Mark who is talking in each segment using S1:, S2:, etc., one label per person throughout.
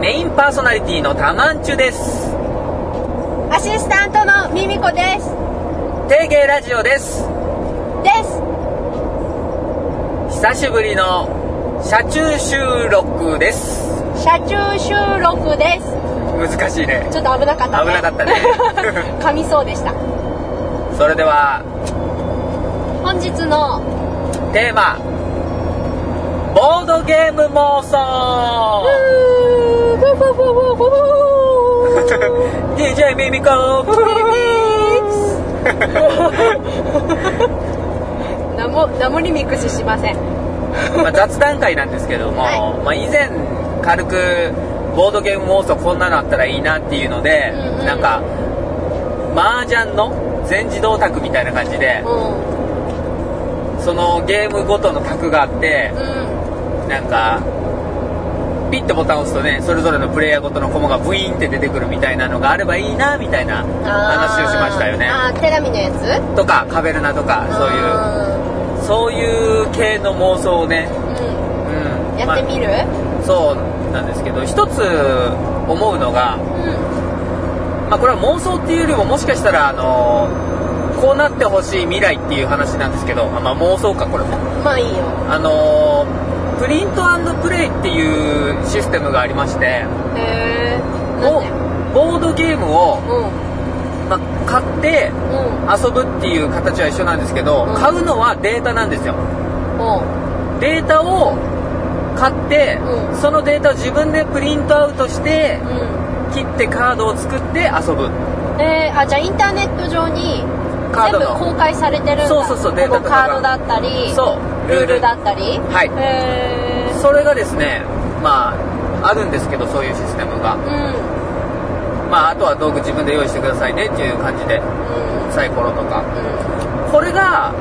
S1: メインパーソナリティのタマンチュです
S2: アシスタントのミミコです
S1: 定芸ラジオです
S2: です
S1: 久しぶりの車中収録です
S2: 車中収録です
S1: 難しいね
S2: ちょっと危なかったね
S1: 危なかっ たね
S2: 噛みそうでした
S1: それでは
S2: 本日の
S1: テーマボードゲーム妄想 DJ ミ ミコ
S2: 何も何もリミックスしません
S1: まあ、雑談会なんですけども、
S2: は
S1: まあ、以前軽くボードゲーム妄想こんなのあったらいいなっていうので、
S2: うんうん
S1: なんか麻雀の全自動卓みたいな感じで
S2: うん
S1: そのゲームごとの卓があって
S2: うん
S1: なんかピッてボタンを押すとねそれぞれのプレイヤーごとのコマがブイーンって出てくるみたいなのがあればいいなみたいな話をしましたよね
S2: あーあーテラミのやつ
S1: とかカベルナとかそういうそういう系の妄想をね、うん
S2: ううんんやってみる、
S1: まあそうなんですけど一つ思うのが
S2: うん
S1: まあ、これは妄想っていうよりももしかしたら、あのーこうなってほしい未来っていう話なんですけど、あまあ、妄想かこれも、
S2: まあいいよ
S1: あのープリントプレイっていうシステムがありまして
S2: へえ
S1: ボボードゲームを、
S2: うん
S1: まあ、買って
S2: うん
S1: 遊ぶっていう形は一緒なんですけど、
S2: うん
S1: 買うのはデータなんですよ
S2: う
S1: データを買って、
S2: うん
S1: そのデータを自分でプリントアウトして
S2: んうん
S1: 切ってカードを作って遊ぶ
S2: えー、あじゃあインターネット上に
S1: カー
S2: 全
S1: ド
S2: 部
S1: の
S2: 公開されてるんだ
S1: そうそうそうデータ
S2: こ
S1: と
S2: こ
S1: か
S2: カ
S1: が
S2: ードだったり
S1: そう
S2: ルールだったり
S1: はい
S2: へー
S1: それがですねまああるんですけどそういうシステムが、
S2: うん
S1: まあ、あとは道具自分で用意してくださいねっていう感じで
S2: うん
S1: サイコロとか
S2: うん
S1: これが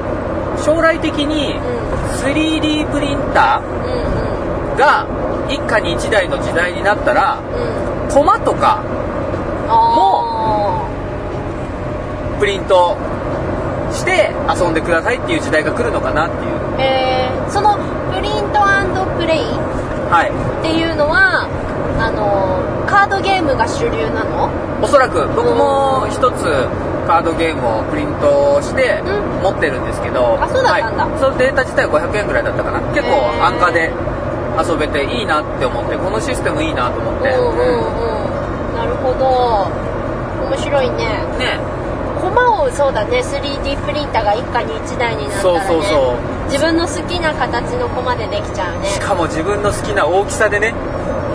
S1: 将来的に 3D プリンタ
S2: うん
S1: ーが一家に一台の時代になったら
S2: うん
S1: コマとか
S2: あ
S1: プリントして遊んでくださいっていう時代が来るのかなっていう
S2: ーえー、そのプリントプレイっ
S1: はい
S2: ていうのはあのーカードゲームが主流なの
S1: おそらく僕も一つカードゲームをプリントして
S2: う
S1: 持ってるんですけど、
S2: あそうだったんだ
S1: はい、そのデータ自体500円ぐらいだったかな結構
S2: へー
S1: 安価で遊べていいなって思ってこのシステムいいなと思
S2: う
S1: っ
S2: んう
S1: て、
S2: んうんなるほど面白いね
S1: ね
S2: コマをそうだね 3D プリンターが一家に一台になったら
S1: そう
S2: ね
S1: そうそう
S2: 自分の好きな形のコマでできちゃうね
S1: しかも自分の好きな大きさでね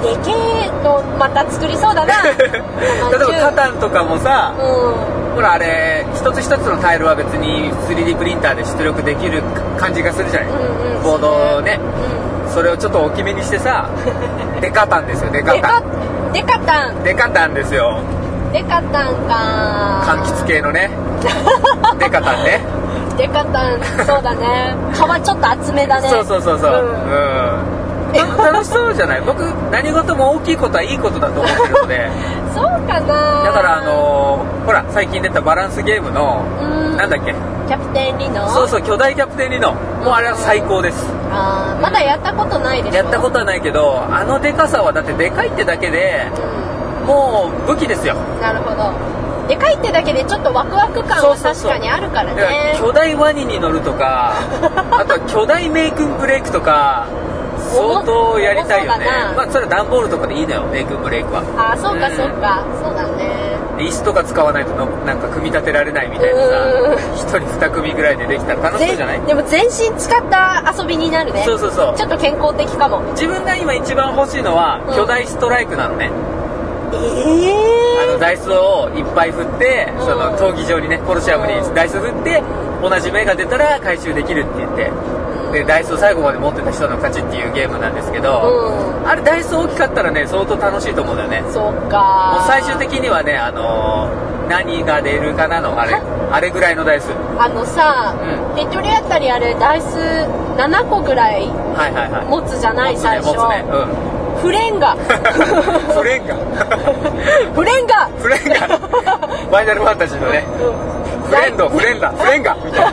S2: でけえのまた作りそうだ な
S1: 例えばカタンとかもさ、
S2: うん
S1: ほらあれ一つ一つのタイルは別に 3D プリンターで出力できる感じがするじゃない、
S2: うんうん
S1: ボードをね
S2: うん
S1: それをちょっと大きめにして さデカタンですよデカ
S2: で
S1: タ
S2: か
S1: ン
S2: でかたん
S1: デカタンですよ
S2: でかたんか
S1: 柑橘系の ねデカタンね
S2: でかたんそうだね 皮ちょっと厚めだね
S1: そうそうそうそううん、
S2: ん
S1: 楽しそうじゃない僕何事も大きいことはいいことだと思ってるの で
S2: そうかな
S1: だからあのーほら最近出たバランスゲームの
S2: うん
S1: なんだっけ
S2: キャプテンリノ
S1: そうそう巨大キャプテンリノもうあれは最高です
S2: あーまだやったことないでしょ
S1: やったことはないけどあのデカさはだってデカいってだけで
S2: うん
S1: もう武器ですよ
S2: なるほどでかいってだけでちょっとワクワク感は
S1: そうそう
S2: 確
S1: そう
S2: かにあるから
S1: だから
S2: ね
S1: 巨大ワニに乗ると かあとは巨大メイクンブレイクとか相当やりたいよね
S2: 重そうだな
S1: まあそれは段ボールとかでいいのよメイクンブレイクは
S2: ああそうか
S1: うん
S2: そうか、そうだね
S1: 椅子とか使わないとのなんか組み立てられないみたいな
S2: うん
S1: さ1人2組ぐらいでできたら楽しそうじゃない
S2: 全でも全身使った遊びになるね
S1: そうそうそう
S2: ちょっと健康的かも
S1: 自分が今一番欲しいのは
S2: うん
S1: 巨大ストライクなのね、
S2: え
S1: あ
S2: え
S1: のダイスをいっぱい振って、
S2: うん
S1: その闘技場にねコロシアムにダイス振って同じ目が出たら回収できるって言ってでダイスを最後まで持ってた人の勝ちっていうゲームなんですけど、
S2: う
S1: あれダイス大きかったらね相当楽しいと思うんだよね
S2: んそうか
S1: もう最終的にはねあのー何が出るかなのあれあれぐらいのダイスは
S2: あのさ、
S1: う
S2: 一人当たりあれ台数7個ぐらい
S1: いはいはい
S2: 持つじゃない
S1: 持つね
S2: 最初
S1: 持つねうん
S2: フレ ンガ
S1: フレンガ
S2: フレンガ
S1: フレンガ ファイナルファンタジーのね
S2: うん
S1: フレンドフレンダフレンガみたいな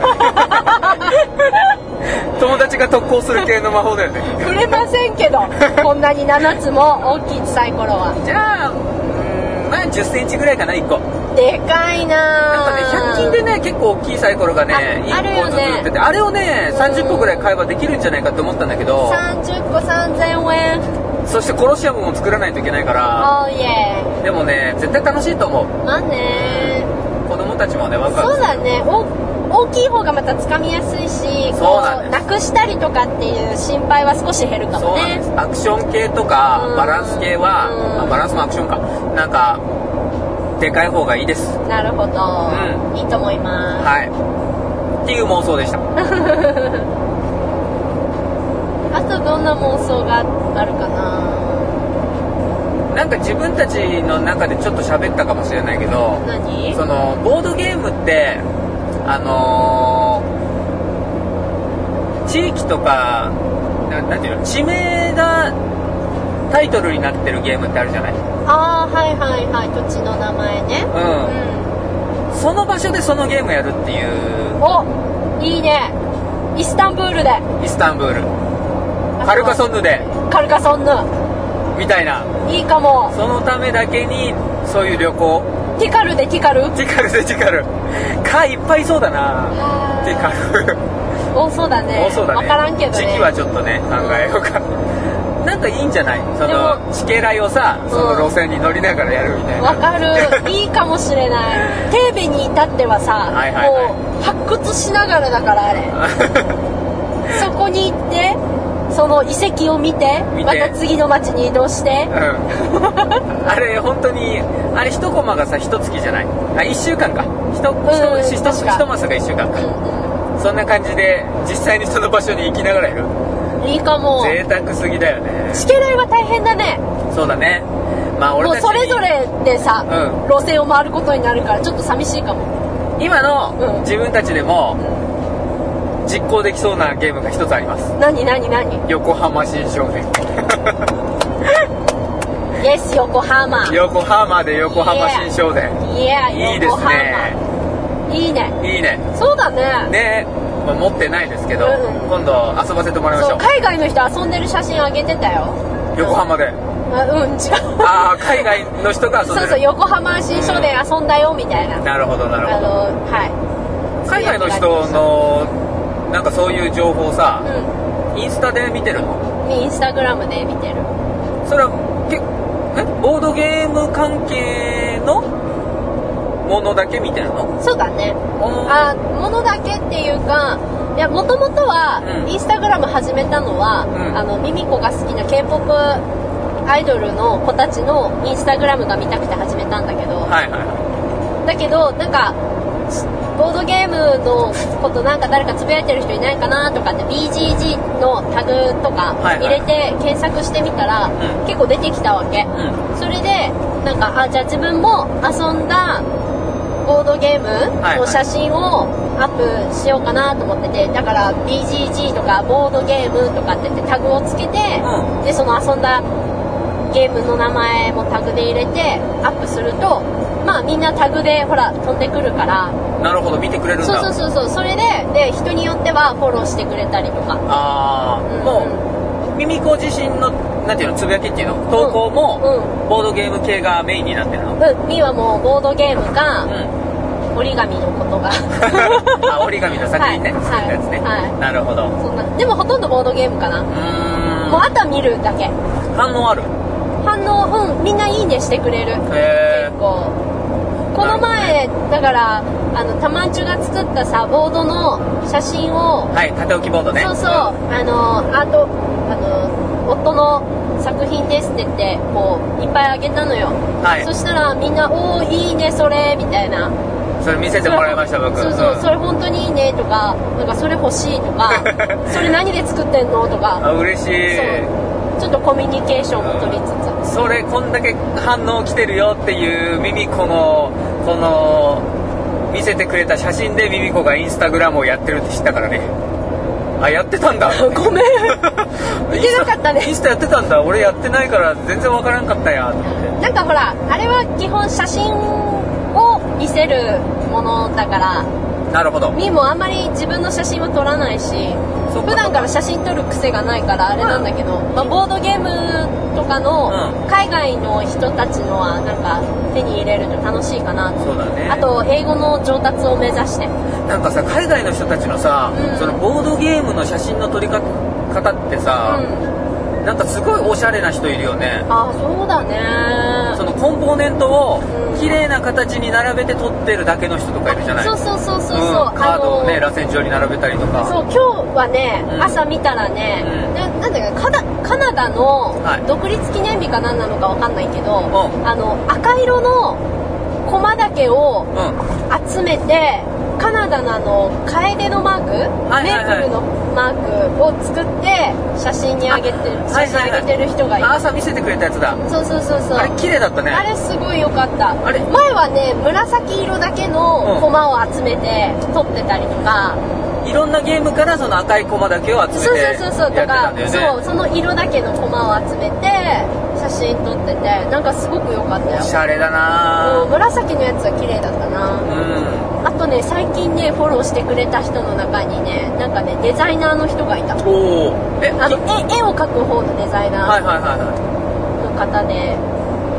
S1: 友達が特攻する系の魔法だよね
S2: 触れませんけどこんなに7つも大きいサイコロは
S1: じゃあうーんまあ1 0ンチぐらいかな1個
S2: でかいな
S1: なんかね100均でね結構大きいサイコロがね
S2: あある
S1: 1
S2: よ
S1: 個ずつ
S2: ね
S1: 売っててあれをね30個ぐらい買えばできるんじゃないかと思ったんだけど
S2: 30個3000円
S1: そしてコロシアムも作らないといけないから
S2: おーイエー
S1: でもね絶対楽しいと思う
S2: イまあね
S1: 子供たちもねワクワク
S2: そう
S1: する
S2: だねお大きい方がまたつかみやすいし
S1: そうなんです
S2: なくしたりとかっていう心配は少し減るか
S1: そ
S2: も
S1: うなん
S2: ね
S1: ですアクション系とか
S2: うん
S1: バランス系は、
S2: うん
S1: まあバランスもアクションかなんかでかい方がいいです
S2: なるほど、
S1: う
S2: いいと思います、
S1: はいっていう妄想でした
S2: あとどんな妄想があるかな
S1: なんか自分たちの中でちょっと喋ったかもしれないけど
S2: 何
S1: そのボードゲームってあのー地域とかななんていうの地名がタイトルになってるゲームってあるじゃない、う、
S2: ああはいはいはい土地の名前ねうんん
S1: その場所でそのゲームやるっていう
S2: おいいねイスタンブールで
S1: イスタンブールカルカソンヌで
S2: カルカソンヌ
S1: みたいない
S2: いかも
S1: そのためだけにそういう旅行
S2: ティカルでティカル
S1: ティカルでティカルかいっぱいいそうだなティカ
S2: あ
S1: ル
S2: ー多そうだね
S1: 多そうだね
S2: 分からんけどね
S1: 時期はちょっとね考えようか、なんかいいんじゃないそ
S2: で
S1: の
S2: も
S1: 地形来をさその路線に乗りながらやるみたいな
S2: わ かるいいかもしれないテーベに至ってはさ、
S1: はいはいはい
S2: もう発掘しながらだからあれそこに行ってその遺跡を見て
S1: 見て
S2: また次の町に移動して
S1: うん、あれ本当にあれ一コマがさ一月じゃないあ一週間か一
S2: うん
S1: 一一
S2: 確か
S1: 一マスが一週間かそんな感じで実際にその場所に行きながらやる
S2: いいかも
S1: 贅沢すぎだよね
S2: 地形代は大変だね
S1: そうだねまあ俺
S2: もう
S1: たちに
S2: それぞれでさ、
S1: う
S2: 路線を回ることになるからちょっと寂しいかも
S1: 今
S2: うん
S1: の自分たちでも実行できそうなゲームが一つあります
S2: 何何何
S1: 横浜新商店
S2: イエス横浜
S1: 横浜で横浜新商店
S2: イエー
S1: いいで
S2: 横
S1: す
S2: 浜
S1: ね
S2: いいね
S1: いいね
S2: そうだね
S1: ねまあ持ってないですけど、
S2: うん
S1: 今度遊ばせてもらいまし
S2: そ
S1: ょ
S2: う
S1: う
S2: 海外の人遊んでる写真あげてたよ
S1: 横浜で
S2: あうん違う
S1: ああ 海外の人が遊んで
S2: そ
S1: る
S2: うそう横浜新商店遊んだよみたいな
S1: なるほどなる
S2: あ
S1: ほど
S2: のは
S1: 海外の人のなんかそういう情報さ、
S2: い
S1: インスタで見てるの
S2: うんインスタグラムで見てる
S1: それはけえボードゲーム関係のものだけ見てるの
S2: そうだね
S1: おー
S2: あものだけっていうかいやもともとは
S1: うん
S2: インスタグラム始めたのは、
S1: うん
S2: あのミミコが好きな k p o p アイドルの子たちのインスタグラムが見たくて始めたんだけど、
S1: はいはいは
S2: だけどなんかボードゲームのことなんか誰かつぶやいてる人いないかなとかって BGG のタグとか
S1: はいはい
S2: 入れて検索してみたら、
S1: う
S2: 結構出てきたわけ、
S1: いうん
S2: それでなんかあじゃあ自分も遊んだボード
S1: はい
S2: ゲーム
S1: はい
S2: の写真をアップしようかなと思っててだから BGG とかボードゲームとかって言ってタグをつけて、
S1: う
S2: でその遊んだゲームの名前もタグで入れてアップするとまあみんなタグでほら飛んでくるから
S1: なるほど見てくれるんだ
S2: そうそうそうそうそれでで人によってはフォローしてくれたりとか
S1: ああ、
S2: うん
S1: もうミミコ自身のなんていうのつぶやきっていうの投稿も、ボードゲーム系がメインになってるの
S2: うんみーはもうボードゲーム
S1: う
S2: か
S1: ん
S2: 折り紙のことが
S1: あ折り紙の作品ね、
S2: はい
S1: 作ったやつね、
S2: はい
S1: なるほどう
S2: そんなでもほとんどボードゲームかな
S1: ー
S2: もうんあとは見るだけ
S1: 反応ある
S2: 反応うんみんないいねしてくれる
S1: へ
S2: 結構この前だからあのたまんちゅが作ったさボードの写真を
S1: えはい縦置きボードね
S2: そうそうあのアートあの夫の作品ですって言ってこういっぱいあげたのよ、
S1: はい
S2: そしたらみんな「おおいいねそれ」みたいな
S1: それ見せてもらいました僕
S2: そうそう、
S1: ん
S2: それ本当にいいねとかなんかそれ欲しいと かそれ何で作ってんのとか
S1: あ嬉しい
S2: そうちょっとコミュニケーションも取りつつ、
S1: それこんだけ反応来てるよっていうミミコのこの見せてくれた写真でミミコがインスタグラムをやってるって知ったからねあやってたん だ
S2: ごめんいけなかったね
S1: インスタインスタやってたんだ俺やってないから全然わからんかったやと思って
S2: なんかほらあれは基本写真を見せるものだから
S1: なるほど
S2: みーもあんまり自分の写真は撮らないし
S1: そっ
S2: 普段から写真撮る癖がないからあれなんだけど、まあ、ボードゲームとかの
S1: う
S2: 海外の人たちのはなんか手に入れると楽しいかなと
S1: そうだね
S2: あと英語の上達を目指して
S1: なんかさ海外の人たちのさ、
S2: うん
S1: そのボードゲームの写真の撮り方方ってさ、
S2: うん
S1: なんかすごいおしゃれな人いるよね
S2: あそうだね
S1: そのコンポーネントを
S2: うん
S1: 綺麗な形に並べて撮ってるだけの人とかいるじゃない
S2: そうそうそうそうそう、
S1: ん、カードをね
S2: あの
S1: 螺旋状に並べたりと
S2: そう
S1: か
S2: 今日はね、
S1: うん
S2: 朝見たらね、
S1: うん
S2: ななんだっけカナカナダ
S1: はい
S2: の独立記念日かなんなのかわかんないけど、
S1: ん
S2: あの赤色のコマだけ
S1: う
S2: を
S1: ん
S2: 集めてカナダのあのカエデのマーク、
S1: はいはいはい
S2: メープルのマークを作って写真にあげてる
S1: あは
S2: 写
S1: いはいはい
S2: 真あげてる人がいる、
S1: あ朝見せてくれたやつだ
S2: そうそうそうそう
S1: あれ綺麗だったね
S2: あれすごい良かった
S1: あれ
S2: 前はね紫色だけ
S1: う
S2: の
S1: ん
S2: コマを集めて撮ってたりとか、
S1: いろんなゲームからその赤いコマだけを集
S2: そう
S1: め
S2: そう
S1: て
S2: そうそ
S1: やっ
S2: うと
S1: てた
S2: か
S1: んだよね
S2: そうその色だけのコマを集めて写真撮っててなんかすごく良かった
S1: お
S2: よ
S1: しゃれだ
S2: うん
S1: な
S2: 紫のやつは綺麗だったな
S1: うん
S2: あとね最近ねフォローしてくれた人の中にねなんかねデザイナーの人がいたあ
S1: おおえ
S2: の
S1: き
S2: 絵絵を描く方のデザイナ
S1: はい
S2: ー
S1: はいはいは
S2: の方で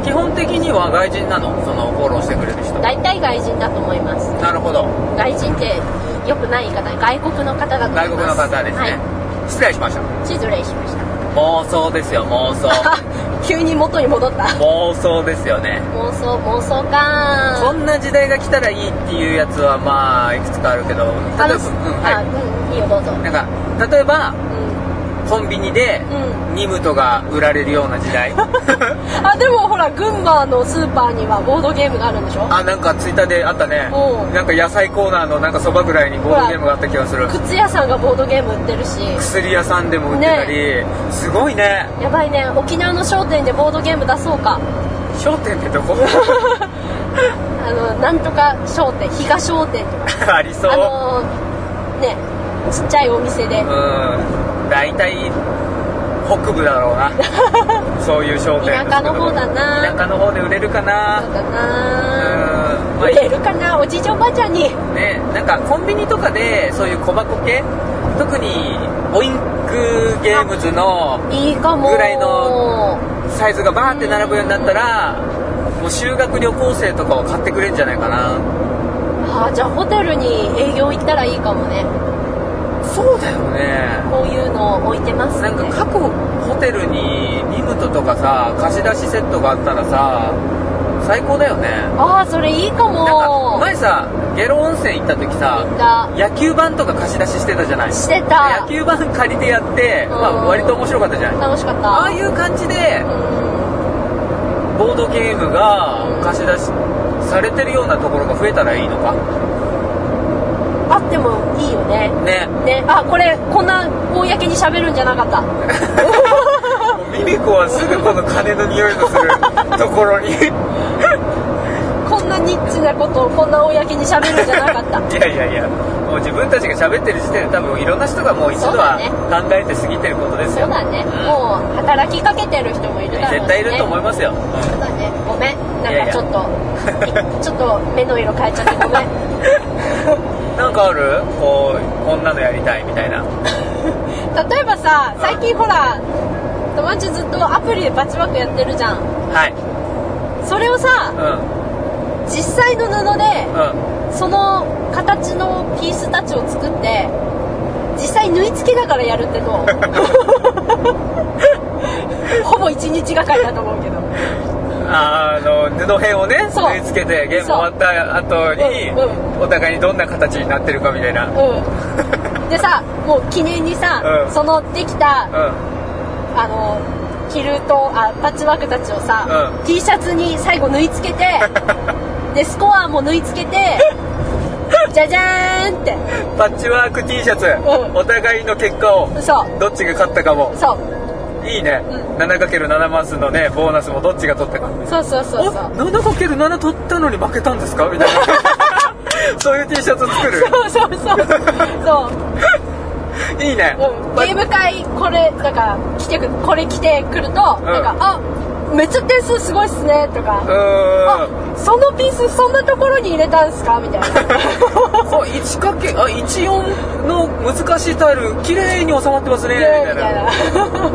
S1: い基本的には外人なのそのフォローしてくれる人
S2: 大体外人だと思います
S1: なるほど
S2: 外人ってよくない言い方外国の方だと思
S1: 外
S2: い
S1: 国
S2: ま
S1: の
S2: す
S1: 方ですね、
S2: は
S1: 失礼しました
S2: い、失礼しました
S1: 妄想ですよ妄 想
S2: 急に元に戻った
S1: 妄想ですよね
S2: 妄想妄
S1: こ
S2: 想か
S1: んな時代が来たらいいっていうやつはまあいくつかあるけど例えば、うん
S2: のあ
S1: は
S2: うんいいよどうぞ
S1: い、なんか例えば
S2: う
S1: コンビニで
S2: んうん
S1: ニムトが売られるような時 代
S2: あでもほら群馬のスーパーにはボードゲームがあるんでしょ
S1: あなんかツイッターであったね
S2: うん
S1: なんか野菜コーナーのなんかそばぐらいにボードゲームがあった気がする
S2: 靴屋さんがボードゲーム売ってるし
S1: 薬屋さんでも売ってたり、すごいね
S2: やばいね沖縄の商店でボードゲーム出そうか
S1: 商店って どこ
S2: あのなんとか商店比嘉商店とか
S1: ありそう
S2: あのーねちっちゃいお店で
S1: うん大体北部だろう なそういう商店
S2: 田舎の方だな
S1: 田舎の方で売れるかな
S2: そうだ
S1: うん
S2: な
S1: まあ
S2: 売れるかなおじいちゃんおばあちゃんに
S1: ねなんかコンビニとかでそういう小箱系特にオインクゲームズの
S2: いいかも
S1: ぐらいのサイズがバーって並ぶようになったらもう修学旅行生とかを買ってくれるんじゃないかな
S2: あーじゃあホテルに営業行ったらいいかもね
S1: そうだよね
S2: こういうの置いてますね
S1: なんか各ホテルにニムトとかさ貸し出しセットがあったらさ最高だよね
S2: ああそれいいか
S1: なんか
S2: も
S1: 前さゲロ温泉行った時さ
S2: だ
S1: 野球盤とか貸し出ししてたじゃない
S2: してた
S1: 野球盤借りてやって、まあ、
S2: うん
S1: 割と面白かったじゃない
S2: 楽しかった
S1: ああいう感じで
S2: うん
S1: ボードゲームが貸し出しされてるようなところが増えたらいいのか
S2: あってもいいよね
S1: ね
S2: ねあこれこんな公に喋るんじゃなかった
S1: もうミミコはすぐこの金の匂いのするところにい
S2: こんなニッチなことをこんな公に喋るんじゃなかった
S1: やいやいやもう自分たちが喋ってる時点で多分いろんな人がもう一度は
S2: そう
S1: 考えて過ぎてることです
S2: そ
S1: よ
S2: うだね、
S1: ん
S2: もう働きかけてる人もいるだろうし、ね、
S1: 絶対いると思いますよ、うん
S2: そうだねごめん
S1: いや
S2: ない
S1: や
S2: んかちょっと ちょっと目の色変えちゃってごめん
S1: なんかあるこうこんなのやりたいみたいな
S2: 例えばさ最近ほら友達ずっとアプリでバチバクやってるじゃん
S1: はい
S2: それをさ
S1: う
S2: 実際の布で
S1: んうん
S2: その形のピースたちを作って実際縫い付けながらやるってどう ほぼ一日がかりだと思うけど
S1: あの布辺をね
S2: そう
S1: 縫い付けてゲーム終わった後に、
S2: うん
S1: お互いにどんな形になってるかみたいな、うん、
S2: うんでさもう記念にさ、
S1: うん
S2: そのできた
S1: あ
S2: あのキルトあパッチワークたちをさ、
S1: う
S2: T シャツに最後縫い付け てでスコアも縫い付けてじゃじゃーんって
S1: パッチワーク T シャツ、
S2: ん
S1: お互いの結果を
S2: そう
S1: どっちが勝ったかも
S2: そう
S1: いいね、
S2: うん
S1: 7×7 マスのねボーナスもどっちが取ったか
S2: そうそうそうそう
S1: お 7×7 取ったのに負けたんですかみたいな そういう T シャツ作る
S2: そうそうそうそう、
S1: いいね、
S2: うん、ゲーム会これなんか来てくこれ着てくると、なんかあめっちゃ点数すごいっすね」とか
S1: う
S2: 「
S1: ー
S2: あ
S1: ん
S2: そのピースそんなところに入れたんすか?」み たいな
S1: こう1かけあ14の難しいタイル綺麗に収まってますね
S2: イ
S1: み
S2: エー
S1: た
S2: イ
S1: い
S2: みたい
S1: な
S2: な。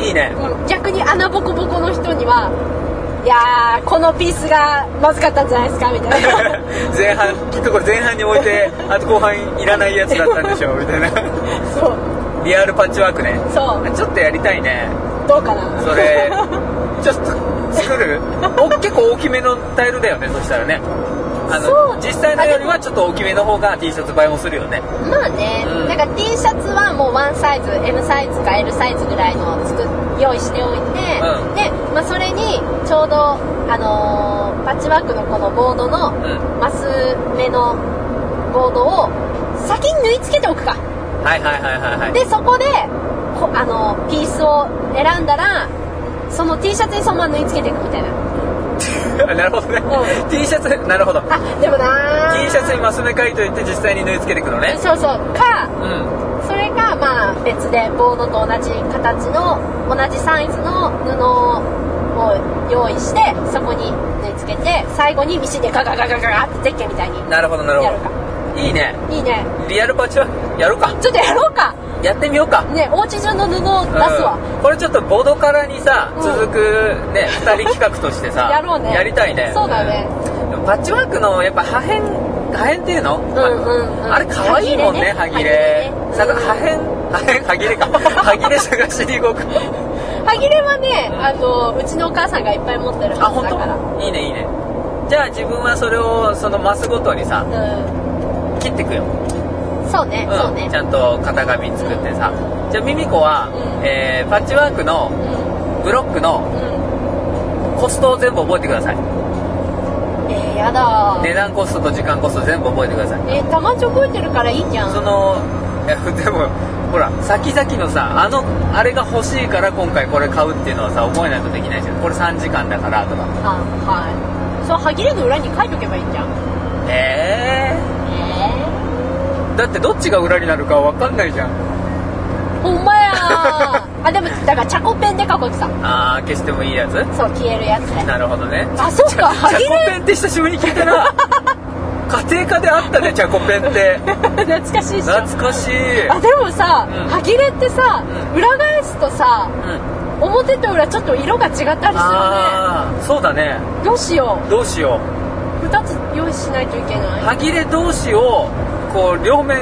S1: いいね
S2: うん逆に穴ボコボコの人には「いやーこのピースがまずかったんじゃないですか」みた いな
S1: 前半きっとこれ前半に置いてあと後半いらないやつだったんでしょみたいな
S2: そう
S1: リアルパッチワークね
S2: そう
S1: ちょっとやりたいね
S2: どうかな
S1: それちょっと作るお結構大きめのタイルだよねそしたらねあ
S2: そう
S1: の実際のよりはちょっと大きめの方が T シャツ映えもするよね
S2: まあね、
S1: うん
S2: なんか T シャツはもうワンサイズ M サイズか L サイズぐらいのつく用意しておいて、
S1: ん
S2: で、まあ、それにちょうど、あのーパッチワークのこのボードの
S1: うん
S2: マス目のボードを先に縫い付けておくか
S1: はいはいはいはいはい
S2: でそこでこあのピースを選んだらその T シャツにそのまま縫い付けていくみたいな
S1: あなるほどね、
S2: う
S1: T シャツなるほど T
S2: あでもなー
S1: シャツにマス目書いといて実際に縫い付けていくのね
S2: そうそうか
S1: うん
S2: それがまあ別でボードと同じ形の同じサイズの布を用意してそこに縫い付けて最後にミシンでガガガガガガってゼッケンみたいに
S1: なるほどなる
S2: やる
S1: ほ
S2: か
S1: どいいね
S2: いいね
S1: リアルパッチワークやろうか
S2: ちょっとやろうか
S1: やってみようか
S2: ねおうち中の布を出すわ、
S1: うんこれちょっとボードからにさ、
S2: うん
S1: 続くね2人企画としてさ
S2: やろうね
S1: りたいね
S2: そうだね、
S1: うんでもパッチワークのやっぱ破片破片っていうの、
S2: んうんうん
S1: あれ可愛いもんね
S2: 歯
S1: 歯
S2: 切
S1: 切
S2: れね
S1: れさ
S2: 歯切れね
S1: が破片破片歯切れ か歯切れ探しに動く
S2: 歯切れはね、
S1: うん
S2: あのうちのお母さんがいっぱい持ってる
S1: あ
S2: はず
S1: 本
S2: だから
S1: 当いいねいいねじゃあ自分はそれをそのマスごとにさ切ってくよ、
S2: うんそうね、
S1: ん
S2: そうね
S1: ちゃんと型紙作ってさ、じゃあミミコは、
S2: うん
S1: えーパッチワークの
S2: う
S1: ブロックの
S2: んうん
S1: コストを全部覚えてください
S2: えー、やだ
S1: 値段コストと時間コスト全部覚えてください
S2: えー、たまちょ覚えてるからいいじゃん
S1: そのいやでもほら先々のさあのあれが欲しいから今回これ買うっていうのはさ覚えないとできないじゃんこれ3時間だからとか
S2: あはいそう歯切れの裏に書いとけばいいじゃん
S1: ええ
S2: え
S1: だってどっちが裏になるか分かんないじゃん
S2: ー、ほん まやーあでもだからチャコペンで書こうってさ
S1: ああ消してもいいやつ
S2: そう消えるやつで
S1: なるほどね
S2: あそうか
S1: チャ
S2: 歯切
S1: コペ
S2: れ
S1: ンって久しぶりに聞いた な家庭科であったねチャコペンって
S2: 懐かしいっしょ
S1: 懐かしい
S2: あでもさ、
S1: うん
S2: 歯切れってさ、
S1: うん
S2: 裏返すとさ
S1: うん
S2: 表と裏ちょっと色が違ったりするよ
S1: ああそうだね
S2: ねどうしよ
S1: どうしよう
S2: う2つ用意しないといけない、
S1: 歯切れ同士をこう両面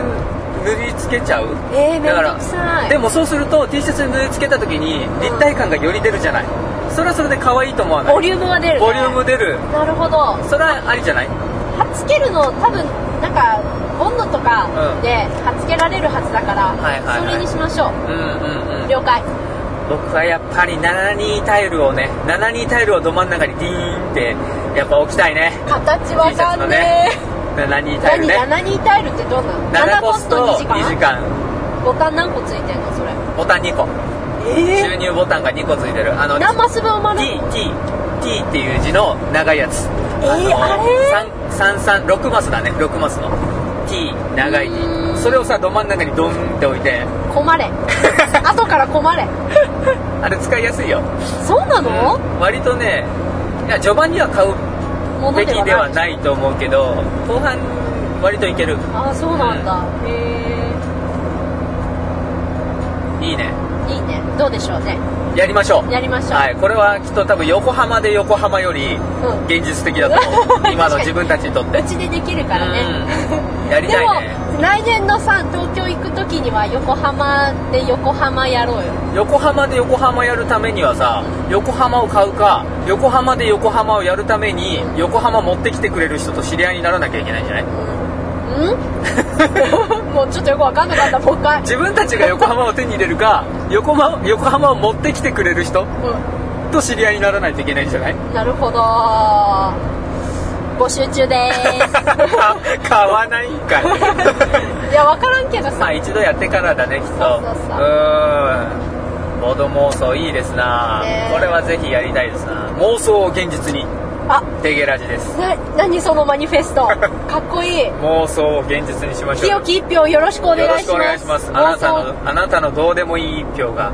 S1: 塗りつけちゃう
S2: えー、め
S1: だ
S2: ん
S1: か
S2: ど
S1: ら
S2: くさい
S1: でもそうすると T シャツに縫い付けた時に立体感がより出るじゃないそれはそれで可愛いと思わない
S2: ボリュームが出る、ね、
S1: ボリューム出る
S2: なるほど
S1: それはありじゃない
S2: 貼っつけるの多分なんかボンドとかで貼っつけられるはずだから、
S1: はいはいはい
S2: それにしましょ
S1: うんうんう
S2: うん了解
S1: 僕はやっぱり72タイルをね72タイルをど真ん中にディーンってやっぱ置きたいね
S2: 形わ
S1: T シャ
S2: か
S1: ツの
S2: んね
S1: ね
S2: え
S1: 72タイル
S2: 何
S1: ね
S2: 7人タイルってどんなの
S1: 7
S2: 7
S1: コ
S2: コ
S1: ス
S2: ス
S1: ト
S2: ト2
S1: 2
S2: 時
S1: 時
S2: 間
S1: 間
S2: ボタン何個ついてんのそれ
S1: ボタン2個
S2: え
S1: 収入ボタンが2個ついてるあの
S2: 何マス分埋ま
S1: T
S2: る
S1: T T っていう字の長いやつ。
S2: えー
S1: 三三六マスだね、六マスの T 長いう
S2: ーん
S1: T。それをさど真ん中にドンって置いて、
S2: 困 れ後から困れ
S1: あれ使いやすいよ。
S2: そうなの、
S1: 割とね、いや序盤には買う
S2: もの
S1: べきでは
S2: ない
S1: ないと思うけど、後半割といける。
S2: ああそうなんだ、へ
S1: いいね。
S2: えいいねどうでしょうね
S1: やりましょう。
S2: やりましょう、
S1: はい、これはきっと多分横浜で横浜より
S2: うん
S1: 現実的だと思う、
S2: うん
S1: 今の自分たちにとって
S2: うちでできるからね、
S1: うんやり
S2: で
S1: た
S2: も
S1: いね
S2: 来年のさ東京行く時には横浜で横浜やろうよ
S1: 横浜で横浜やるためにはさ横浜を買うか横浜で横浜をやるために横浜持ってきてくれる人と知り合いにならなきゃいけないんじゃない
S2: うん もうちょっとよくわかんなかったもう一回、
S1: 自分たちが横浜を手に入れるか横浜横浜を持ってきてくれる人と知り合いにならないといけないんじゃ ない
S2: うん、なるほど募集中で
S1: 買わないん かい
S2: すいやわからんけどさ、
S1: まあ一度やってからだねきっと
S2: そうそうそ
S1: ー
S2: う
S1: んボード妄想いいですな、
S2: ねえ
S1: これはぜひやりたいですな妄想を現実に
S2: あ
S1: デゲラジです
S2: な何そのマニフェストかっこいい
S1: 妄想を現実にしましょう
S2: 清き一票よろしく
S1: よ
S2: お願
S1: ろ
S2: い
S1: し
S2: し
S1: くお願いし
S2: ま
S1: ますすあなた
S2: 妄想
S1: のあなたのどうでもいい一票が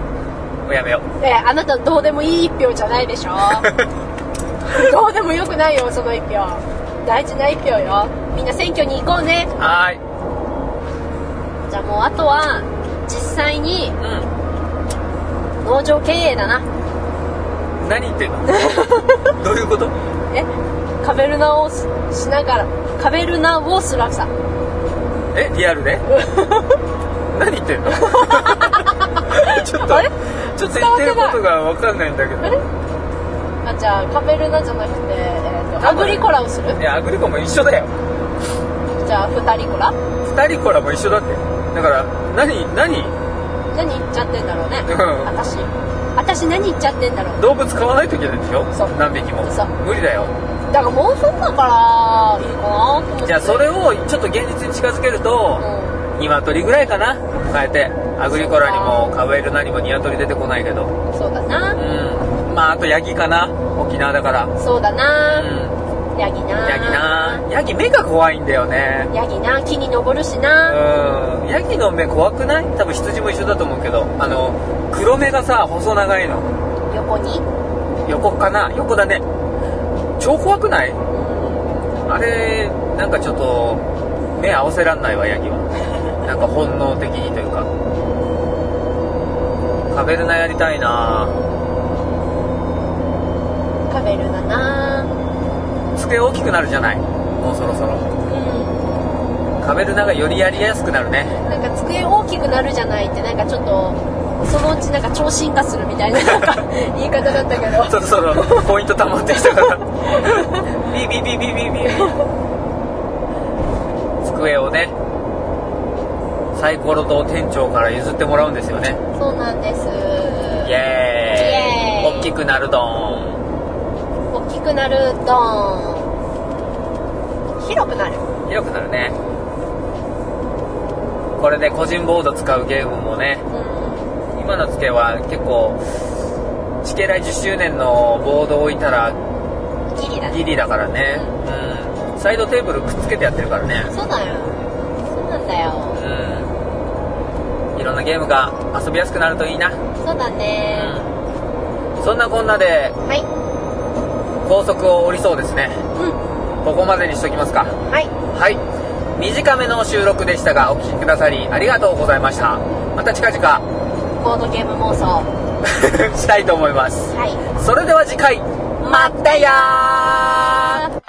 S1: うやめよ
S2: えあなたどうでもいい一票じゃないで しょどうでもよくないよその一票大事な一票よみんな選挙に行こうね
S1: うは
S2: じゃあもうあとは実際に
S1: ーい
S2: 農場経営だ
S1: う
S2: な
S1: ん何言って んのどういうこと
S2: えカベルナをししながらカベルナをすらさ
S1: えリアル で何言ってんのちょっと
S2: あれ
S1: ちょっと
S2: 伝
S1: 言
S2: わ
S1: っ
S2: っ
S1: て
S2: てない
S1: ることが分かんないんだけど
S2: あれあじゃあカベルナじゃなくて、えーと
S1: 多
S2: ア
S1: 分
S2: グリコラをする
S1: いやアグリコも一緒だよ
S2: じゃあ二人コラ
S1: 二人コラも一緒だってだから何何
S2: 何言っちゃってんだろうね、
S1: うん
S2: 私私何言っちゃってんだろう
S1: 動物買わないといけないでしょ
S2: そう
S1: 何匹も
S2: そう
S1: 無理だよ
S2: だからもうそんだからいいかなと思って
S1: じゃあそれをちょっと現実に近づける
S2: う
S1: と
S2: ん
S1: 鶏ぐらいかな変えてアグリコラにもカウエルナにも鶏出てこないけど
S2: そうだ
S1: うん
S2: な
S1: まああとヤギかな沖縄だから
S2: そうだ
S1: う
S2: な、
S1: ん
S2: ヤギな
S1: ヤギなヤギ目が怖いんだよね
S2: ヤギな木に登るしな、
S1: うんヤギの目怖くない多分羊も一緒だと思うけどあの黒目がさ細長いの
S2: 横に、
S1: 横かな横だね超怖くない
S2: うん
S1: あれなんかちょっと目合わせらんないわヤ ギはなんか本能的にというかカベルナやりたいな
S2: カベルだな
S1: 机大きくなるじゃないもうそろそろ
S2: うん
S1: カベルナがよりやりやすくなるね
S2: なんか机大きくなるじゃないってなんかちょっとそのうちなんか超進化するみたいななんか言い方だったけど
S1: そろそ ろポイント溜まってきたからビビビビビビビ机をねサイコロと店長から譲ってもらうんですよね
S2: そうなんです
S1: イエーイ
S2: イエーイ
S1: 大きくなるどん
S2: 大きくなるドン広くなる
S1: 広くなるねこれで個人ボード使うゲームもね
S2: うん
S1: 今の机は結構チケライ10周年のボード置いたら
S2: ギリだね
S1: ギリだからねうんサイドテーブルくっつけてやってるからね
S2: そうだよそうなんだよ
S1: うんいろんなゲームが遊びやすくなるといいな、う
S2: そうだね
S1: ん、そんなこんなで
S2: はい
S1: 高速を降りそうですね
S2: う
S1: ここまでにしときますか
S2: んはい
S1: はい短めの収録でしたがお聴きくださりありがとうございましたまた近々
S2: ボードゲーム妄想は
S1: したいと思います
S2: い
S1: それでは次回またやー
S2: あー